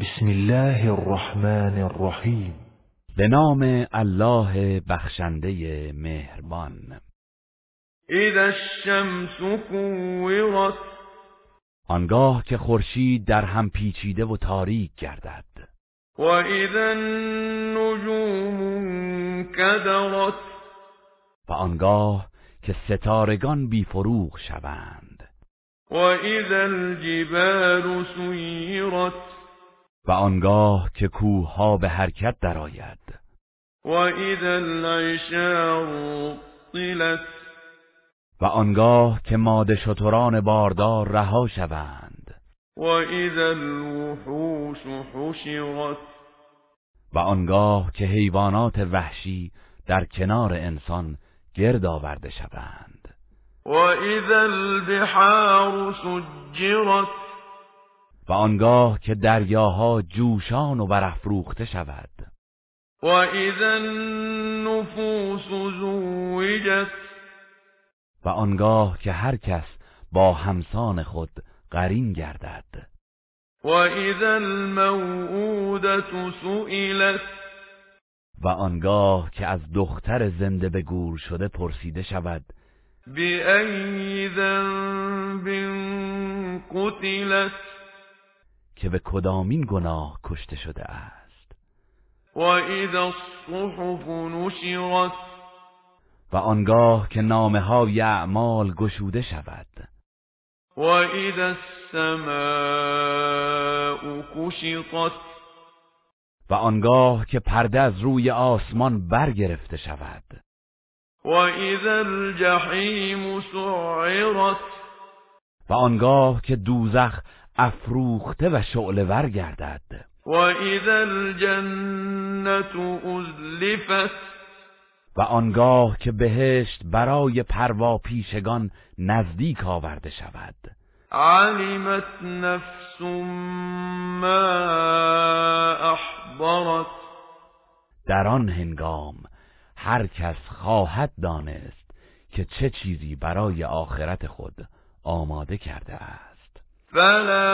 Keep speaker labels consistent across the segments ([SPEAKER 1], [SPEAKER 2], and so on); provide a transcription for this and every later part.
[SPEAKER 1] بسم الله الرحمن الرحیم
[SPEAKER 2] به نام الله بخشنده مهربان
[SPEAKER 3] إذا الشمس كورت
[SPEAKER 2] آنگاه که خورشید در هم پیچیده و تاریک گردد
[SPEAKER 3] وإذا النجوم انكدرت
[SPEAKER 2] و آنگاه که ستارگان بیفروغ شوند
[SPEAKER 3] وإذا الجبال سيرت
[SPEAKER 2] و آنگاه که کوهها به حرکت درآید
[SPEAKER 3] وإذا العشار طلت
[SPEAKER 2] و آنگاه که ماده شتران باردار رها شوند
[SPEAKER 3] وإذا الوحوش حشرت
[SPEAKER 2] و آنگاه که حیوانات وحشی در کنار انسان گرد آورده شوند
[SPEAKER 3] وإذا البحار سجرت
[SPEAKER 2] و آنگاه که دریاها جوشان و برافروخته شود
[SPEAKER 3] وإذا النفوس زوجت
[SPEAKER 2] و آنگاه که هر کس با همسان خود قرین گردد
[SPEAKER 3] وإذا الموءودة سئلت
[SPEAKER 2] و آنگاه که از دختر زنده به گور شده پرسیده شود
[SPEAKER 3] بأي ذنب قتلت
[SPEAKER 2] که به کدامین گناه کشته شده است
[SPEAKER 3] وإذا الصحف نشرت
[SPEAKER 2] و آنگاه که نامه های اعمال گشوده شود
[SPEAKER 3] وإذا السماء كشطت
[SPEAKER 2] و آنگاه که پرده از روی آسمان برگرفته شود
[SPEAKER 3] وإذا الجحيم سعرت
[SPEAKER 2] و آنگاه که دوزخ افروخته و شعلور گردد
[SPEAKER 3] وإذا الجنة أزلفت
[SPEAKER 2] و آنگاه که بهشت برای پروا پیشگان نزدیک آورده شود
[SPEAKER 3] علمت نفس ما أحضرت
[SPEAKER 2] در آن هنگام هر کس خواهد دانست که چه چیزی برای آخرت خود آماده کرده است
[SPEAKER 3] فلا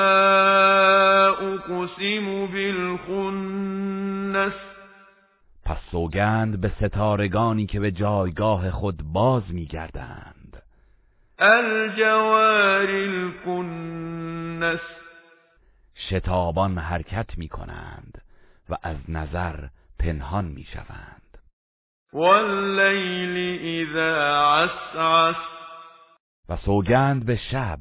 [SPEAKER 3] أقسم بالخنس
[SPEAKER 2] پس سوگند به ستارگانی که به جایگاه خود باز میگردند
[SPEAKER 3] الجوار الكنس
[SPEAKER 2] شتابان حرکت می کنند و از نظر پنهان می شوند
[SPEAKER 3] والليل إذا عسعس
[SPEAKER 2] و سوگند به شب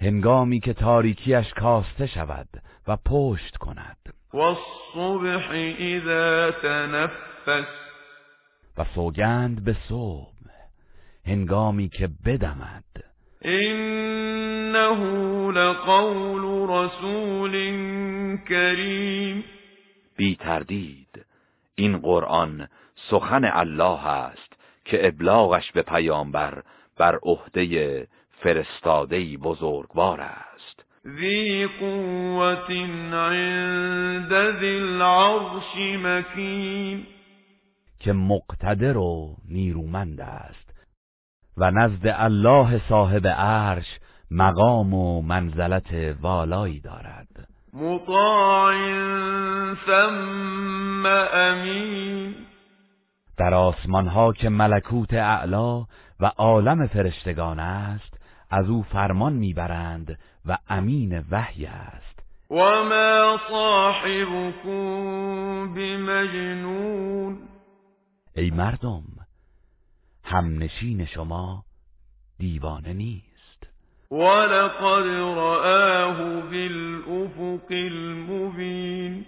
[SPEAKER 2] هنگامی که تاریکیش کاسته شود و پشت کند
[SPEAKER 3] والصبح إذا تنفس
[SPEAKER 2] و سوگند به صبح هنگامی که بدمد
[SPEAKER 3] إنه لقول رسول كريم
[SPEAKER 4] بی تردید این قرآن سخن الله است که ابلاغش به پیامبر بر عهده فرستادهی بزرگوار است
[SPEAKER 3] ذي قوة عند ذي العرش مكين
[SPEAKER 2] که مقتدر و نیرومند است و نزد الله صاحب عرش مقام و منزلت والایی دارد
[SPEAKER 3] مطاع ثم أمين
[SPEAKER 2] در آسمانها که ملکوت اعلا و عالم فرشتگان است از او فرمان میبرند و امین وحی است
[SPEAKER 3] وما صاحبكم بمجنون
[SPEAKER 2] ای مردم همنشین شما دیوانه نیست
[SPEAKER 3] ولقد رآه بالأفق المبين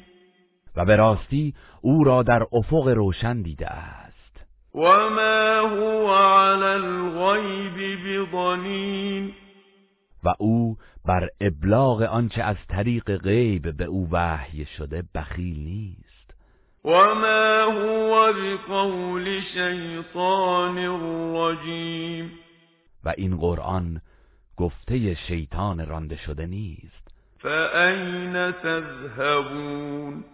[SPEAKER 2] و به راستی او را در افق روشن دیده است
[SPEAKER 3] وما هو على الغيب بضنين
[SPEAKER 2] و او بر ابلاغ آنچه از طریق غیب به او وحی شده بخیل نیست
[SPEAKER 3] وما هو بقول شيطان رجيم
[SPEAKER 2] و این قرآن گفته شیطان رانده شده نیست
[SPEAKER 3] فأين تذهبون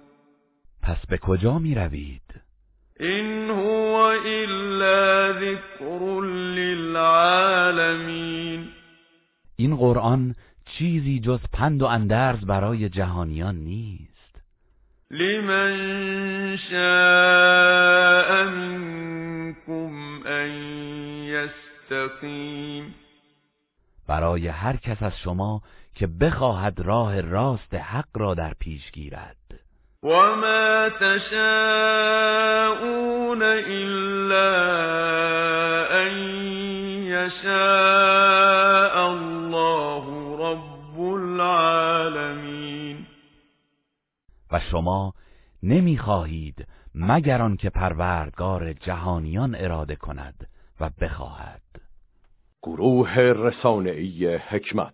[SPEAKER 2] پس به کجا می روید؟
[SPEAKER 3] إن هو إلا ذكر للعالمين
[SPEAKER 2] این قرآن چیزی جز پند و اندرز برای جهانیان نیست
[SPEAKER 3] لمن شاء منكم أن يستقيم
[SPEAKER 2] برای هر کس از شما که بخواهد راه راست حق را در پیش گیرد
[SPEAKER 3] وما تشاءون إلا أن يشاء الله رب العالمين
[SPEAKER 2] و شما نمیخواهید مگر آنکه پروردگار جهانیان اراده کند و بخواهد
[SPEAKER 5] گروه رسانه‌ای حکمت